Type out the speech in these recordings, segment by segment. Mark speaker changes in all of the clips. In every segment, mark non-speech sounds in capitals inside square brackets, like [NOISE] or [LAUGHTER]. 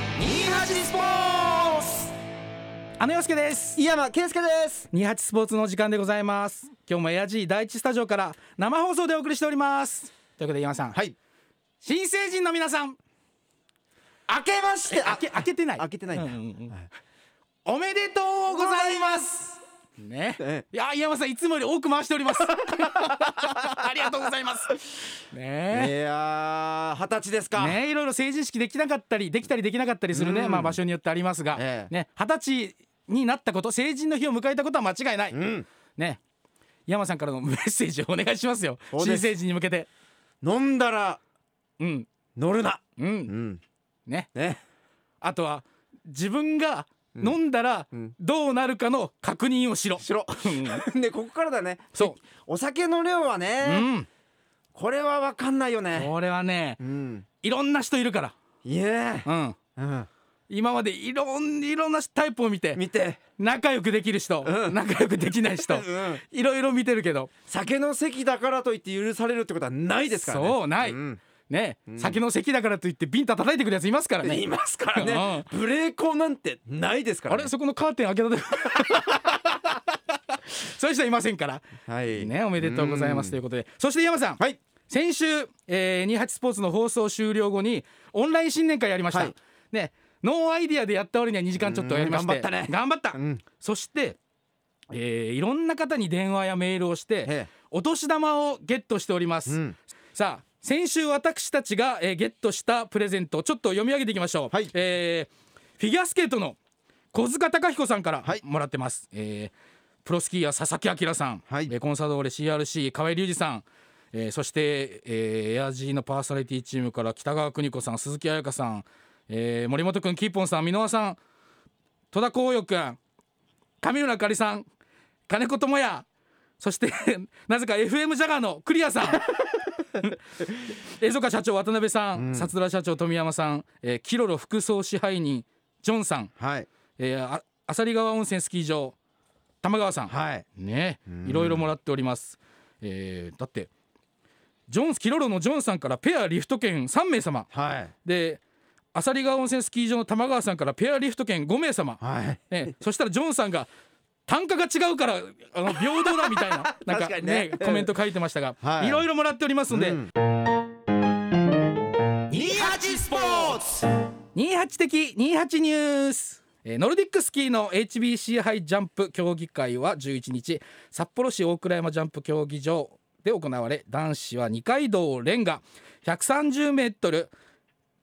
Speaker 1: 28スポーツあのよすけです
Speaker 2: 井山健介です
Speaker 1: 28スポーツの時間でございます今日もエアジー第一スタジオから生放送でお送りしておりますということで井山さん、
Speaker 2: はい
Speaker 1: 新成人の皆さん
Speaker 2: 開けまして
Speaker 1: 開け開けてない
Speaker 2: 開けてないんだ
Speaker 1: うんうんうんおめでとうございますね、
Speaker 2: え
Speaker 1: いや井山さんいつもより多く回しており
Speaker 2: [LAUGHS]
Speaker 1: ますありがとうございますねえ
Speaker 2: いやー二十歳ですか、
Speaker 1: ね、いろいろ成人式できなかったりできたりできなかったりするね、
Speaker 2: うん
Speaker 1: まあ、場所によってありますが、
Speaker 2: ええ
Speaker 1: ね、二十歳になったこと成人の日を迎えたことは間違いない、
Speaker 2: うん
Speaker 1: ね、山さんからの [LAUGHS] メッセージをお願いしますよ
Speaker 2: そうで
Speaker 1: 新
Speaker 2: す
Speaker 1: 成人に向けて
Speaker 2: 飲んだら
Speaker 1: うん
Speaker 2: 乗るな
Speaker 1: う
Speaker 2: うんん
Speaker 1: ね
Speaker 2: ね
Speaker 1: あとは自分が飲んだら
Speaker 2: うん
Speaker 1: どうなるかの確認をしろ、
Speaker 2: しろでここからだね
Speaker 1: そ
Speaker 2: お酒の量はね
Speaker 1: う、う、ん、
Speaker 2: これはわかんないよね
Speaker 1: これはね
Speaker 2: うん
Speaker 1: いろんな人いるから、
Speaker 2: いえ
Speaker 1: うん、
Speaker 2: うん
Speaker 1: 今までいろんいろんなタイプを見て
Speaker 2: 見て
Speaker 1: 仲良くできる人、
Speaker 2: うん
Speaker 1: 仲良くできない人、
Speaker 2: うん
Speaker 1: いろいろ見てるけど
Speaker 2: 酒の席だからといって許されるってことはないですからね
Speaker 1: そうない
Speaker 2: ん
Speaker 1: ね、酒の席だからといってビンタ叩いてくるやついますからね
Speaker 2: いますからねブレーコーなんてないですか
Speaker 1: あ
Speaker 2: らね
Speaker 1: れそこのカーテン開けたで [LAUGHS] そういう人はいませんから、
Speaker 2: はい
Speaker 1: ねおめでとうございますということでそして井山さん、
Speaker 2: はい
Speaker 1: 先週、えー、28スポーツの放送終了後にオンライン新年会やりました、
Speaker 2: はい
Speaker 1: ねノーアイディアでやった割には2時間ちょっとやりまして
Speaker 2: うん頑張ったね
Speaker 1: 頑張った、
Speaker 2: ん
Speaker 1: そして、えー、いろんな方に電話やメールをして
Speaker 2: ええ
Speaker 1: お年玉をゲットしております、
Speaker 2: うん
Speaker 1: さあ先週私たちが、えーゲットしたプレゼントちょっと読み上げていきましょう、
Speaker 2: はい
Speaker 1: えーフィギュアスケートの小塚貴彦さんから
Speaker 2: はい
Speaker 1: もらってます、えープロスキーヤー佐々木明さん、
Speaker 2: はい
Speaker 1: えーコンサドーレ CRC 河合隆二さん、えーそして、えーエアジーのパーソナリティチームから北川邦子さん鈴木彩香さん、えー森本君キーポンさん箕輪さん戸田光陽君上村あかりさん金子智也そして [LAUGHS] なぜか FM ジャガーのクリアさん [LAUGHS] 江坂社長渡辺さん、薩浦社長富山さん、えーキロロ副総支配人ジョンさん、
Speaker 2: はい
Speaker 1: えー、あ旭川温泉スキー場玉川さん、
Speaker 2: はい
Speaker 1: ねいろいろもらっております、えーだってジョンキロロのジョンさんからペアリフト券3名様
Speaker 2: はい
Speaker 1: で旭川温泉スキー場の玉川さんからペアリフト券5名様、
Speaker 2: はい
Speaker 1: ね、そしたらジョンさんが単価が違うからあの平等だみたいななんか
Speaker 2: [LAUGHS] 確かにね
Speaker 1: コメント書いてましたが、
Speaker 2: はい
Speaker 1: いろいろもらっておりますので、
Speaker 2: うん
Speaker 1: 28スポーツ28的28ニュースえーノルディックスキーの HBC 杯ジャンプ競技会は11日札幌市大倉山ジャンプ競技場で行われ男子は二階堂蓮が130メートル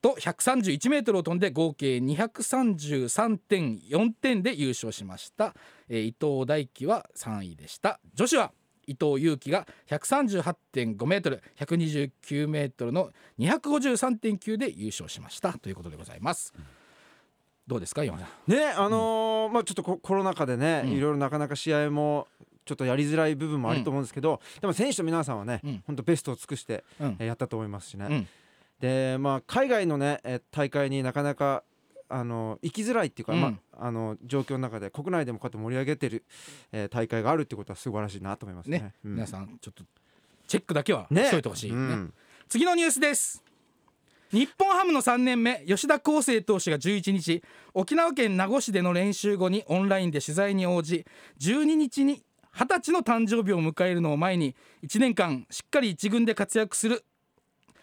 Speaker 1: と131メートルを飛んで合計233.4点で優勝しました、えー伊藤大輝は3位でした女子は伊藤有希が138.5メートル129メートルの253.9で優勝しましたということでございます、どうですか山田さん
Speaker 2: ねあのーまあちょっとココロナ禍でね、
Speaker 1: うん
Speaker 2: いろいろなかなか試合もちょっとやりづらい部分もあると思うんですけど、でも選手の皆さんはね、
Speaker 1: う
Speaker 2: ほ
Speaker 1: ん
Speaker 2: ん、本当ベストを尽くして、
Speaker 1: うん
Speaker 2: えーやったと思いますしね、
Speaker 1: うん
Speaker 2: でまあ海外のね、えー大会になかなかあの行きづらいっていうか、
Speaker 1: うん
Speaker 2: まあ、あの状況の中で国内でもこうやって盛り上げてる、えー大会があるってことは素晴らしいなと思いますね。
Speaker 1: ね、
Speaker 2: う
Speaker 1: 皆さんちょっとチェックだけは
Speaker 2: ね
Speaker 1: しといてほしい、
Speaker 2: う
Speaker 1: ね
Speaker 2: ん
Speaker 1: 次のニュースです日本ハムの3年目吉田康生投手が11日沖縄県名護市での練習後にオンラインで取材に応じ12日に20歳の誕生日を迎えるのを前に1年間しっかり一軍で活躍する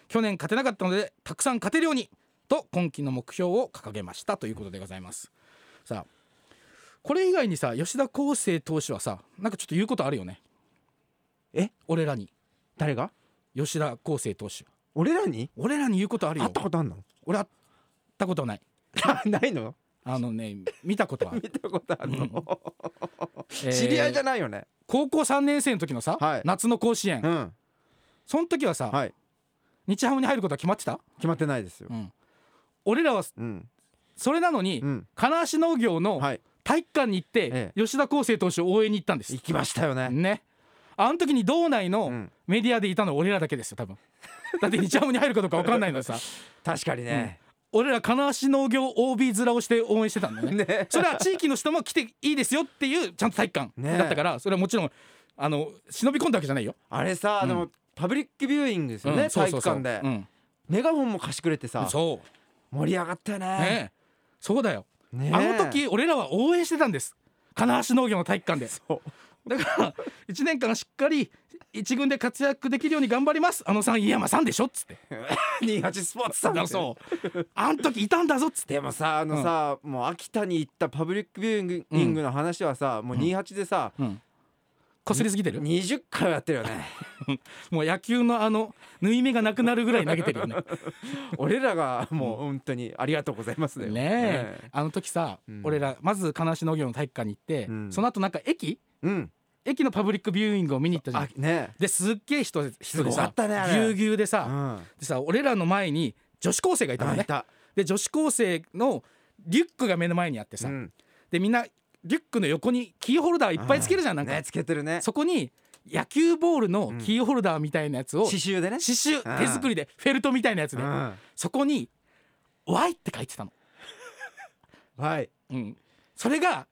Speaker 1: 去年勝てなかったのでたくさん勝てるようにと今季の目標を掲げましたということでございますさあこれ以外にさ吉田康生投手はさなんかちょっと言うことあるよね
Speaker 2: え
Speaker 1: 俺らに
Speaker 2: 誰が
Speaker 1: 吉田康生投手
Speaker 2: 俺らに
Speaker 1: 俺らに言うことあるよ
Speaker 2: 会ったことあんの
Speaker 1: 俺会ったこと [LAUGHS] ない
Speaker 2: [LAUGHS] ないの
Speaker 1: あのね見たことはあ
Speaker 2: 見 [LAUGHS]
Speaker 1: る、
Speaker 2: たことあるの、
Speaker 1: えー
Speaker 2: [LAUGHS] 知り合いじゃないよね。
Speaker 1: 高校3年生の時のさ、
Speaker 2: はい
Speaker 1: 夏の甲子園、
Speaker 2: うん
Speaker 1: その時はさ、
Speaker 2: はい、
Speaker 1: 日ハムに入ることは決まってた、
Speaker 2: 決まってないですよ
Speaker 1: う。ん、俺らは
Speaker 2: うん
Speaker 1: それなのに、
Speaker 2: うん
Speaker 1: 金足農業の
Speaker 2: はい、
Speaker 1: 体育館に行って、
Speaker 2: え
Speaker 1: 吉田康生投手を応援に行ったんです
Speaker 2: 行きましたよね。
Speaker 1: ねあの時に道内
Speaker 2: う
Speaker 1: の
Speaker 2: ん
Speaker 1: メディアでいたの俺らだけですよ多分だって日ハムに入るかどうか分かんないのにさ
Speaker 2: 確かにね。
Speaker 1: 俺ら金足農業 OB 面をして応援してたんだよね
Speaker 2: ね、
Speaker 1: それは地域の人も来ていいですよっていうちゃんと体育
Speaker 2: ね
Speaker 1: 館だったから、それはもちろんあの忍び込んだわけじゃないよ。
Speaker 2: あれさ、
Speaker 1: うん
Speaker 2: でもパブリックビューイングですよ
Speaker 1: う
Speaker 2: ね、
Speaker 1: んそう
Speaker 2: 体
Speaker 1: そう
Speaker 2: 育
Speaker 1: そう
Speaker 2: 館で、
Speaker 1: うん
Speaker 2: メガホンも貸してくれてさ
Speaker 1: そ
Speaker 2: 盛り上がったよ
Speaker 1: う
Speaker 2: ね
Speaker 1: ねそうだよ、
Speaker 2: ねえ
Speaker 1: あの
Speaker 2: [LAUGHS]
Speaker 1: 時俺らは応援してたんです金橋農業の体育館で
Speaker 2: そう
Speaker 1: だから1年間しっかり一軍で活躍できるように頑張りますあのさん飯山さんでしょっつって
Speaker 2: 新八スポーツさ
Speaker 1: だ
Speaker 2: ん
Speaker 1: からそうあん時いたんだぞっつって
Speaker 2: でもさあのさ、もう秋田に行ったパブリックビューイングの話はさ、もう28でさ、
Speaker 1: うんこすりすぎてる
Speaker 2: 20回はやってるよ
Speaker 1: [LAUGHS]
Speaker 2: ね
Speaker 1: もう野球のあの縫い目がなくなるぐらい投げてるよね
Speaker 2: 俺らがもう本当にありがとうございますだよ
Speaker 1: ねえあの時さ、
Speaker 2: うん
Speaker 1: 俺らまず金足農業の体育館に行って、
Speaker 2: うん
Speaker 1: その後なんか駅
Speaker 2: うん
Speaker 1: 駅のパブリックビューイングを見に行ったじゃ
Speaker 2: あ
Speaker 1: ん
Speaker 2: ね
Speaker 1: ですっげえ人で人です
Speaker 2: ごか
Speaker 1: さ
Speaker 2: ったねあれ
Speaker 1: ぎゅうぎゅうで
Speaker 2: え、う
Speaker 1: さ,、
Speaker 2: ん、
Speaker 1: でさ俺らの前に女子高生がいたの
Speaker 2: い
Speaker 1: ね
Speaker 2: た、
Speaker 1: で女子高生のリュックが目の前にあって
Speaker 2: う
Speaker 1: さ、
Speaker 2: ん、
Speaker 1: でみんなリュックの横にキーホルダーいっぱいつけるじゃんなんか、
Speaker 2: ねつけてるね
Speaker 1: そこに野球ボールのキーホルダーみたいなやつを、
Speaker 2: 刺繍でね
Speaker 1: 刺繍手作りでフェルトみたいなやつで、
Speaker 2: うん
Speaker 1: そこに「Y」って書いてたの、
Speaker 2: はい
Speaker 1: うん、それが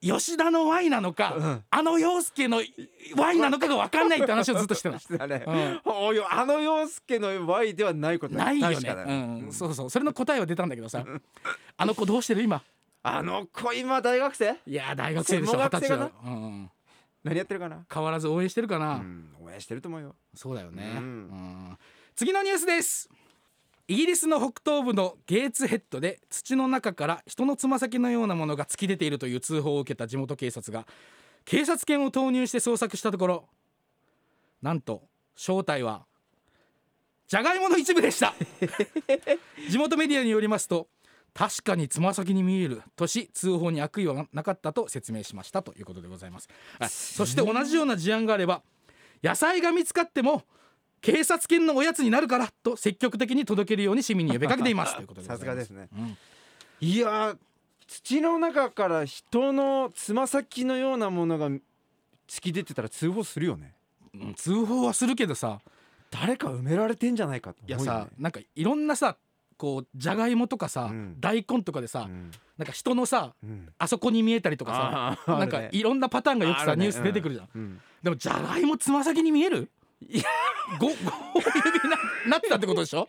Speaker 1: 吉田の Y なのか、
Speaker 2: うん
Speaker 1: あの陽介の Y なのかが分かんないって話をずっと
Speaker 2: [LAUGHS]
Speaker 1: してたの
Speaker 2: してたね、
Speaker 1: うん
Speaker 2: おいよあの洋介の Y ではないことだ
Speaker 1: ないよね
Speaker 2: 確かだ
Speaker 1: うんそうそうそれの答えは出たんだけどさあの子どうしてる今
Speaker 2: あの子今大学生
Speaker 1: いや大学生でしょ
Speaker 2: 専
Speaker 1: 二
Speaker 2: 門
Speaker 1: 十
Speaker 2: 学生
Speaker 1: 歳
Speaker 2: かな
Speaker 1: だ、うんうん、
Speaker 2: 何やってるかな
Speaker 1: 変わらず応援してるかな、
Speaker 2: うん応援してると思うよ
Speaker 1: そうだよね、
Speaker 2: うん
Speaker 1: うん次のニュースですイギリスの北東部のゲーツヘッドで土の中から人のつま先のようなものが突き出ているという通報を受けた地元警察が警察犬を投入して捜索したところなんと正体はじゃがいもの一部でした
Speaker 2: [LAUGHS]
Speaker 1: 地元メディアによりますと確かにつま先に見えるとし通報に悪意はなかったと説明しましたということでございます、はいそして同じような事案があれば野菜が見つかっても警察犬のおやつになるからと積極的に届けるように市民に呼びかけていますということでござい
Speaker 2: さ
Speaker 1: ます
Speaker 2: すがですね
Speaker 1: うん
Speaker 2: いやー土の中から人のつま先のようなものが突き出てたら通報するよね
Speaker 1: うん通報はするけどさ
Speaker 2: 誰か埋められてんじゃないかと
Speaker 1: いや
Speaker 2: 思うよ
Speaker 1: さ
Speaker 2: ね
Speaker 1: なんかいろんなさこうじゃがいもとかさ、
Speaker 2: うん
Speaker 1: 大根とかでさ、
Speaker 2: うん
Speaker 1: なんか人のさ
Speaker 2: うん
Speaker 1: あそこに見えたりとかさ
Speaker 2: あー
Speaker 1: なん
Speaker 2: あ
Speaker 1: か
Speaker 2: るね
Speaker 1: いろんなパターンがよくさ、
Speaker 2: あるね
Speaker 1: ニュース出てくるじゃん、
Speaker 2: うん
Speaker 1: でもじゃがいもつま先に見える
Speaker 2: いや
Speaker 1: ご5指ななってたってことでしょ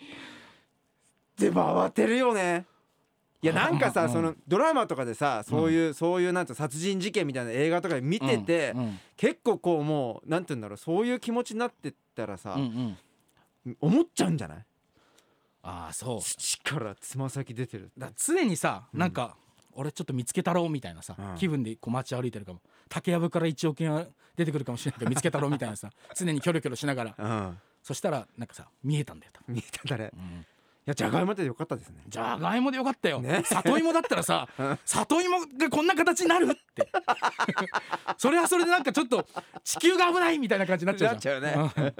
Speaker 2: でも慌てるよねいやなんか
Speaker 1: う
Speaker 2: さ
Speaker 1: ん
Speaker 2: そのドラマとかでさそういうそういうなんていうの殺人事件みたいな映画とかで見てて
Speaker 1: うん
Speaker 2: 結構こうもうなんていうんだろうそういう気持ちになってったらさ
Speaker 1: うんうん
Speaker 2: 思っちゃうんじゃない
Speaker 1: ああそう
Speaker 2: 土からつま先出てる
Speaker 1: だから常にさ
Speaker 2: ん
Speaker 1: なんか、俺ちょっと見つけたろうみたいなさ、
Speaker 2: うん
Speaker 1: 気分でこう街歩いてるかも竹やぶから1億円は出てくるかもしれないけど見つけたろうみたいなさ常にキョロキョロしながら
Speaker 2: うん
Speaker 1: そしたらなんかさ見えたんだよ多分
Speaker 2: 見えたんだね
Speaker 1: うん
Speaker 2: いやじゃがいもってよかったですね
Speaker 1: じゃがいもでよかったよ、
Speaker 2: ね
Speaker 1: 里芋だったらさ、
Speaker 2: うん
Speaker 1: 里芋がこんな形になるって
Speaker 2: [LAUGHS]
Speaker 1: それはそれでなんかちょっと地球が危ないみたいな感じになっちゃうじゃん
Speaker 2: なっちゃ
Speaker 1: ね、うん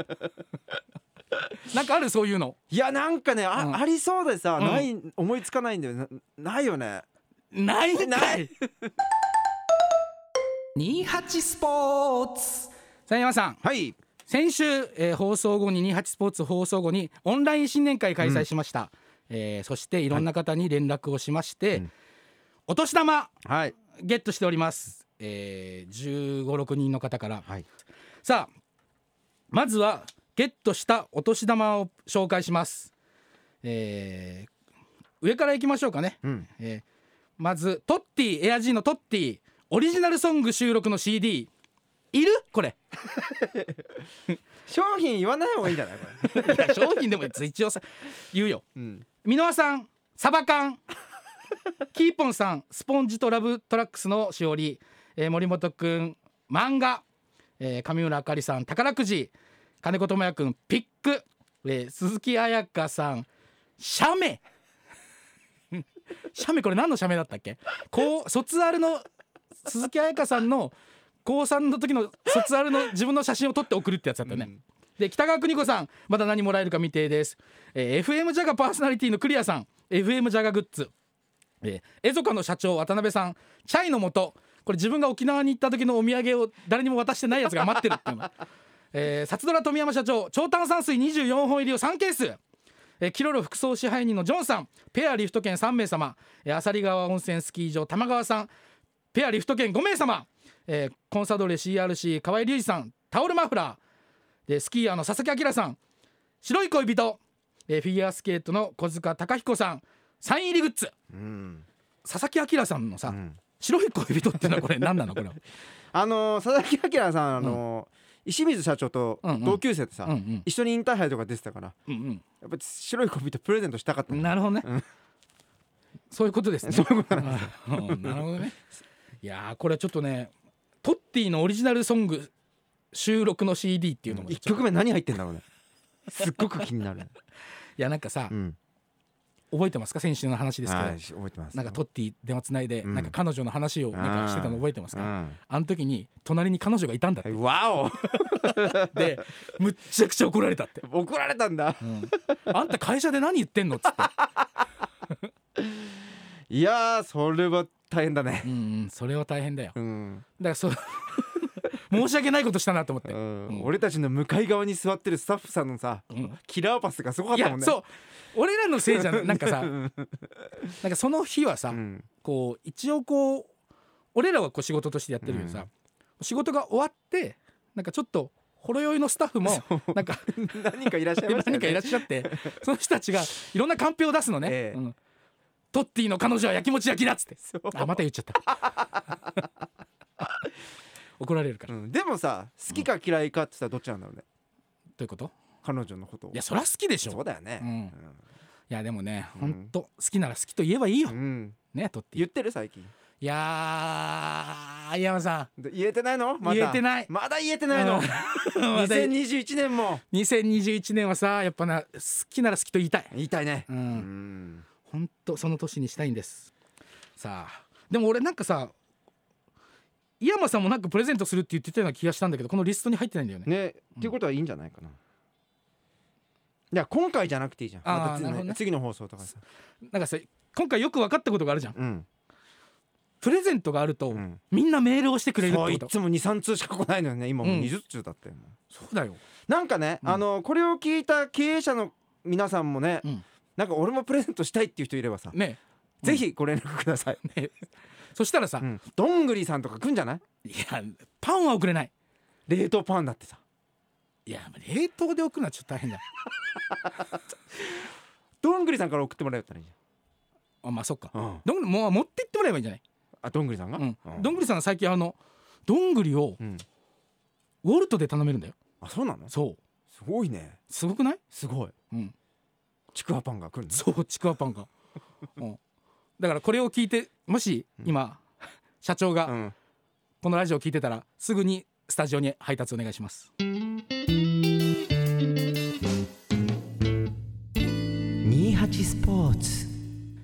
Speaker 1: なんかあるそういうの
Speaker 2: いやなんかねあ,、
Speaker 1: うん
Speaker 2: ありそうでさ、
Speaker 1: うん
Speaker 2: ない思いつかないんだよなないよね
Speaker 1: ないんかい
Speaker 2: な
Speaker 1: 28スポーツさ山さん
Speaker 2: はい
Speaker 1: 先週、えー放送後に28スポーツ放送後にオンライン新年会開催しました、えーそしていろんな方に連絡をしまして、
Speaker 2: うん
Speaker 1: お年玉
Speaker 2: はい
Speaker 1: ゲットしております、えー、1 5 6人の方から
Speaker 2: はい
Speaker 1: さあまずはゲットしたお年玉を紹介します、えー上からいきましょうかね、
Speaker 2: うん
Speaker 1: えーまずトッティエアジーのトッティオリジナルソング収録の CD いるこれ
Speaker 2: 商品言わない方がいいんじゃないこれ
Speaker 1: いや商品でも一応さ言うよ
Speaker 2: うん
Speaker 1: 箕輪さんサバ缶キーポンさんスポンジとラブトラックスのしおり、えー森本くん漫画、えー上村あかりさん宝くじ金子智也くんピック、えー鈴木彩香さん写メ写メこれ何の写メだったっけこう卒アルの鈴木彩香さんの高3の時の卒アルの自分の写真を撮って送るってやつだったよね、で北川邦子さんまだ何もらえるか未定です、えー FM ジャガパーソナリティのクリアさん FM ジャガグッズえー、エゾカの社長渡辺さんチャイの元これ自分が沖縄に行った時のお土産を誰にも渡してないやつが待ってるっていうの、えー、札ドラ富山社長長炭酸水24本入りを3ケース、えーキロロ副総支配人のジョンさんペアリフト券3名様、えー、旭川温泉スキー場玉川さんペアリフト券5名様、えーコンサドーレ CRC 河合隆二さんタオルマフラーでスキーヤーの佐々木明さん白い恋人、えーフィギュアスケートの小塚貴彦さんサイン入りグッズ
Speaker 2: うん
Speaker 1: 佐々木朗さんのさ、
Speaker 2: うん
Speaker 1: 白い恋人っていうのはこれ何なのこれは
Speaker 2: あのー佐々木明さん、あのー石水社長と
Speaker 1: うんうん
Speaker 2: 同級生でさ、
Speaker 1: うんうん
Speaker 2: 一緒にインターハイとか出てたから
Speaker 1: うん
Speaker 2: やっぱ白い恋人プレゼントしたかった
Speaker 1: うんん
Speaker 2: だ
Speaker 1: なるほどね、
Speaker 2: うん
Speaker 1: そういうことです [LAUGHS] ねそういうことなんなるほどねいやーこれはちょっとねトッティのオリジナルソング収録の CD っていうのもね
Speaker 2: 一
Speaker 1: ちょっと
Speaker 2: 曲目何入ってんだろうねすっごく気に
Speaker 1: [LAUGHS]
Speaker 2: なる、
Speaker 1: いやなんかさ、
Speaker 2: うん、
Speaker 1: 覚えてますか先週の話ですけど、
Speaker 2: はい覚えてます
Speaker 1: なんかトッティ電話つないで、
Speaker 2: うん
Speaker 1: なんか彼女の話をなんかしてたの覚えてます
Speaker 2: う
Speaker 1: かあの時に隣に彼女がいたんだって [LAUGHS]
Speaker 2: んわ
Speaker 1: でむっちゃくちゃ怒られたって、
Speaker 2: お [LAUGHS] 怒られたんだ
Speaker 1: うんあんた会社で何言ってんのっつって、
Speaker 2: いやーそれは大変だね
Speaker 1: うんうん、それは大変だよだか
Speaker 2: うん、
Speaker 1: らそう申し訳ないことしたなと思って
Speaker 2: う、
Speaker 1: うん
Speaker 2: ん、俺たちの向かい側に座ってるスタッフさんのさ、
Speaker 1: うん
Speaker 2: キラーパスがすごかっ
Speaker 1: い
Speaker 2: た
Speaker 1: や
Speaker 2: もんね
Speaker 1: そう俺らのせいじゃ
Speaker 2: [LAUGHS]
Speaker 1: んなんかさ
Speaker 2: うん
Speaker 1: なんかその日はさ、
Speaker 2: うん [LAUGHS]
Speaker 1: こう一応こう俺らはこう仕事としてやってるけどさ、
Speaker 2: う
Speaker 1: 仕事が終わってなんかちょっとほろ酔いのスタッフ
Speaker 2: [LAUGHS]
Speaker 1: もなんか
Speaker 2: 何人かいらっしゃいましたよ
Speaker 1: 何かいらっしゃってその人たちがいろんなカンペを出すのね、
Speaker 2: ええ
Speaker 1: うんトッティの彼女はやきもち焼きだっつって
Speaker 2: そう
Speaker 1: あまた言っちゃった [LAUGHS] 怒られるから、
Speaker 2: うん、でもさ好きか嫌いかって言ったらどっちなんだろうね
Speaker 1: どういうこと
Speaker 2: 彼女のことを
Speaker 1: いやそりゃ好きでしょ
Speaker 2: そうだよね、
Speaker 1: いやでもね、
Speaker 2: うん
Speaker 1: ほんと好きなら好きと言えばいいよ、
Speaker 2: うんうん
Speaker 1: ねトッティ
Speaker 2: 言ってる最近
Speaker 1: いやー山さん
Speaker 2: で言えてないのまだ
Speaker 1: 言えてない
Speaker 2: まだ言えてないの
Speaker 1: [LAUGHS]
Speaker 2: [LAUGHS]
Speaker 1: まだ
Speaker 2: 2021年も
Speaker 1: 2021年はさやっぱな好きなら好きと言いたい
Speaker 2: 言いたいね
Speaker 1: う
Speaker 2: うんん
Speaker 1: ほんとその年にしたいんですさあでも俺なんかさ井山さんもなんかプレゼントするって言ってたような気がしたんだけどこのリストに入ってないんだよね
Speaker 2: ねっていうことはいいんじゃないかないや今回じゃなくていいじゃん
Speaker 1: あー
Speaker 2: また次
Speaker 1: なるほどね
Speaker 2: 次の放送とかさ
Speaker 1: なんかさ今回よく分かったことがあるじゃん
Speaker 2: うん
Speaker 1: プレゼントがあると、
Speaker 2: うん
Speaker 1: みんなメールをしてくれるって
Speaker 2: そ
Speaker 1: こ
Speaker 2: う
Speaker 1: と
Speaker 2: いつも23通しか来ないのよね今もう
Speaker 1: うん
Speaker 2: 20通だったよもう
Speaker 1: そうだよ、
Speaker 2: なんかね
Speaker 1: うん
Speaker 2: あのこれを聞いた経営者の皆さんもね
Speaker 1: うん
Speaker 2: なんか俺もプレゼントしたいっていう人いればさ
Speaker 1: ねうん
Speaker 2: ぜひご連絡ください
Speaker 1: えね [LAUGHS] えそしたらさ、
Speaker 2: うんどんぐりさんとか来んじゃない
Speaker 1: いやパンは送れない
Speaker 2: 冷凍パンだってさ
Speaker 1: いや冷凍で送るのはちょっと大変だ
Speaker 2: どんぐりさんから送ってもらえたらいいじ
Speaker 1: あまあそっか、
Speaker 2: ゃん、うん、
Speaker 1: どんぐりもう持ってってもらえばいいんじゃない、
Speaker 2: あどんぐりさんが、
Speaker 1: うん
Speaker 2: う
Speaker 1: どんぐりさん最近あのどんぐりを
Speaker 2: うん、
Speaker 1: ウォルトで頼めるんだよ
Speaker 2: あそうなのす
Speaker 1: そう
Speaker 2: ごいね
Speaker 1: すごくない
Speaker 2: すごい
Speaker 1: うん
Speaker 2: ちくわパンが来るの
Speaker 1: そうちくわパンが、うん、だからこれを聞いてもし今、社長が
Speaker 2: ん、
Speaker 1: このラジオを聞いてたらすぐにスタジオに配達お願いします
Speaker 2: 28スポーツ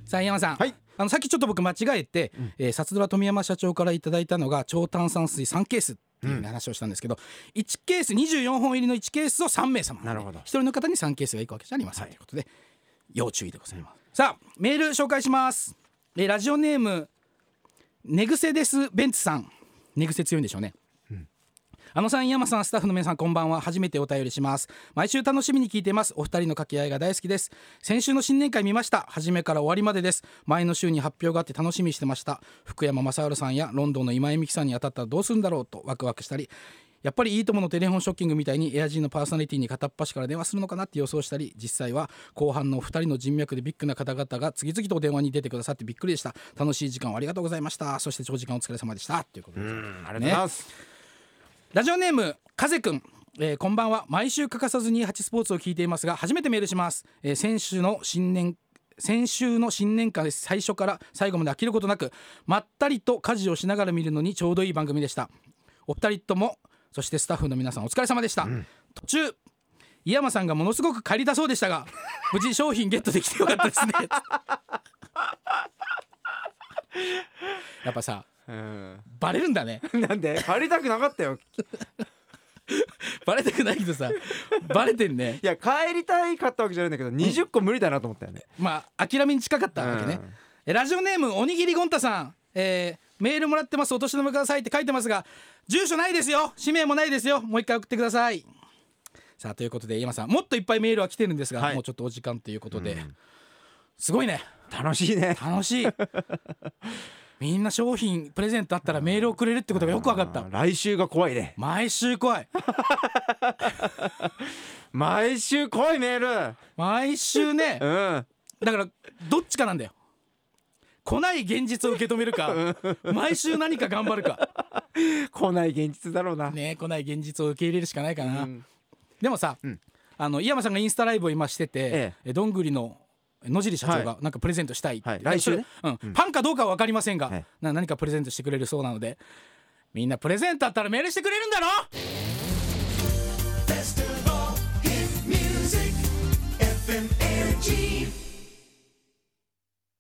Speaker 1: さあ井山さん、
Speaker 2: はい
Speaker 1: あのさっきちょっと僕間違えて、えー札ドラ富山社長からいただいたのが超炭酸水3ケースっていう話をしたんですけど、1ケース24本入りの1ケースを3名様
Speaker 2: なるほど
Speaker 1: 1人の方に3ケースがいくわけじゃありません、ということで要注意でございます、さあメール紹介します、えーラジオネーム寝癖ですベンツさん寝癖強いんでしょうねあのさん、井山さん、スタッフの皆さん、こんばんは。初めてお便りします。毎週楽しみに聞いています。お二人の掛け合いが大好きです。先週の新年会見ました。初めから終わりまでです。前の週に発表があって楽しみにしてました。福山雅治さんやロンドンの今井美樹さんに当たったらどうするんだろうとワクワクしたり。やっぱりいいとものテレフォンショッキングみたいにエアジーのパーソナリティに片っ端から電話するのかなって予想したり実際は後半のお二人の人脈でビッグな方々が次々とお電話に出てくださってびっくりでした楽しい時間をありがとうございましたそして長時間お疲れ様でしたということで
Speaker 2: う
Speaker 1: す
Speaker 2: んありがとうございます、
Speaker 1: ラジオネーム風くん、えーこんばんは毎週欠かさずに8スポーツを聞いていますが初めてメールします、えー先週の新年先週の新年間です最初から最後まで飽きることなくまったりと家事をしながら見るのにちょうどいい番組でしたお二人ともそしてスタッフの皆さんお疲れ様でした、途中井山さんがものすごく帰りたそうでしたが無事商品ゲットできてよかったですねやっぱさ
Speaker 2: うん、
Speaker 1: バレるんだね
Speaker 2: なんで帰りたくなかったよ
Speaker 1: バレたくないけどさバレてんね
Speaker 2: いや帰りたいかったわけじゃないんだけど20個無理だなと思ったよね、
Speaker 1: まあ諦めに近かったわけね、
Speaker 2: うん
Speaker 1: えラジオネームおにぎりゴン太さん、えーメールもらってますお年玉くださいって書いてますが住所ないですよ氏名もないですよもう一回送ってくださいさあということで今さんもっといっぱいメールは来てるんですが、
Speaker 2: はい
Speaker 1: もうちょっとお時間ということで、すごいね
Speaker 2: 楽しいね
Speaker 1: 楽しいみんな商品プレゼントあったらメールをくれるってことがよく分かった
Speaker 2: あー来週が怖いね
Speaker 1: 毎週来い
Speaker 2: 毎週来いメール
Speaker 1: 毎週ね
Speaker 2: [LAUGHS] うん
Speaker 1: だからどっちかなんだよ来ない現実を受け止めるか毎週何か頑張るか
Speaker 2: 来ない現実だろうな、
Speaker 1: ね来ない現実を受け入れるしかないか
Speaker 2: う
Speaker 1: な、
Speaker 2: ん
Speaker 1: でもさ、
Speaker 2: ん
Speaker 1: あの井山さんがインスタライブを今してて、
Speaker 2: え
Speaker 1: えどんぐりの野尻社長がなんかプレゼントしたいって、
Speaker 2: はい来週ね
Speaker 1: それうんパンかどうかは分かりませんが、
Speaker 2: はい
Speaker 1: な何かプレゼントしてくれるそうなのでみんなプレゼントあったらメールしてくれるんだろ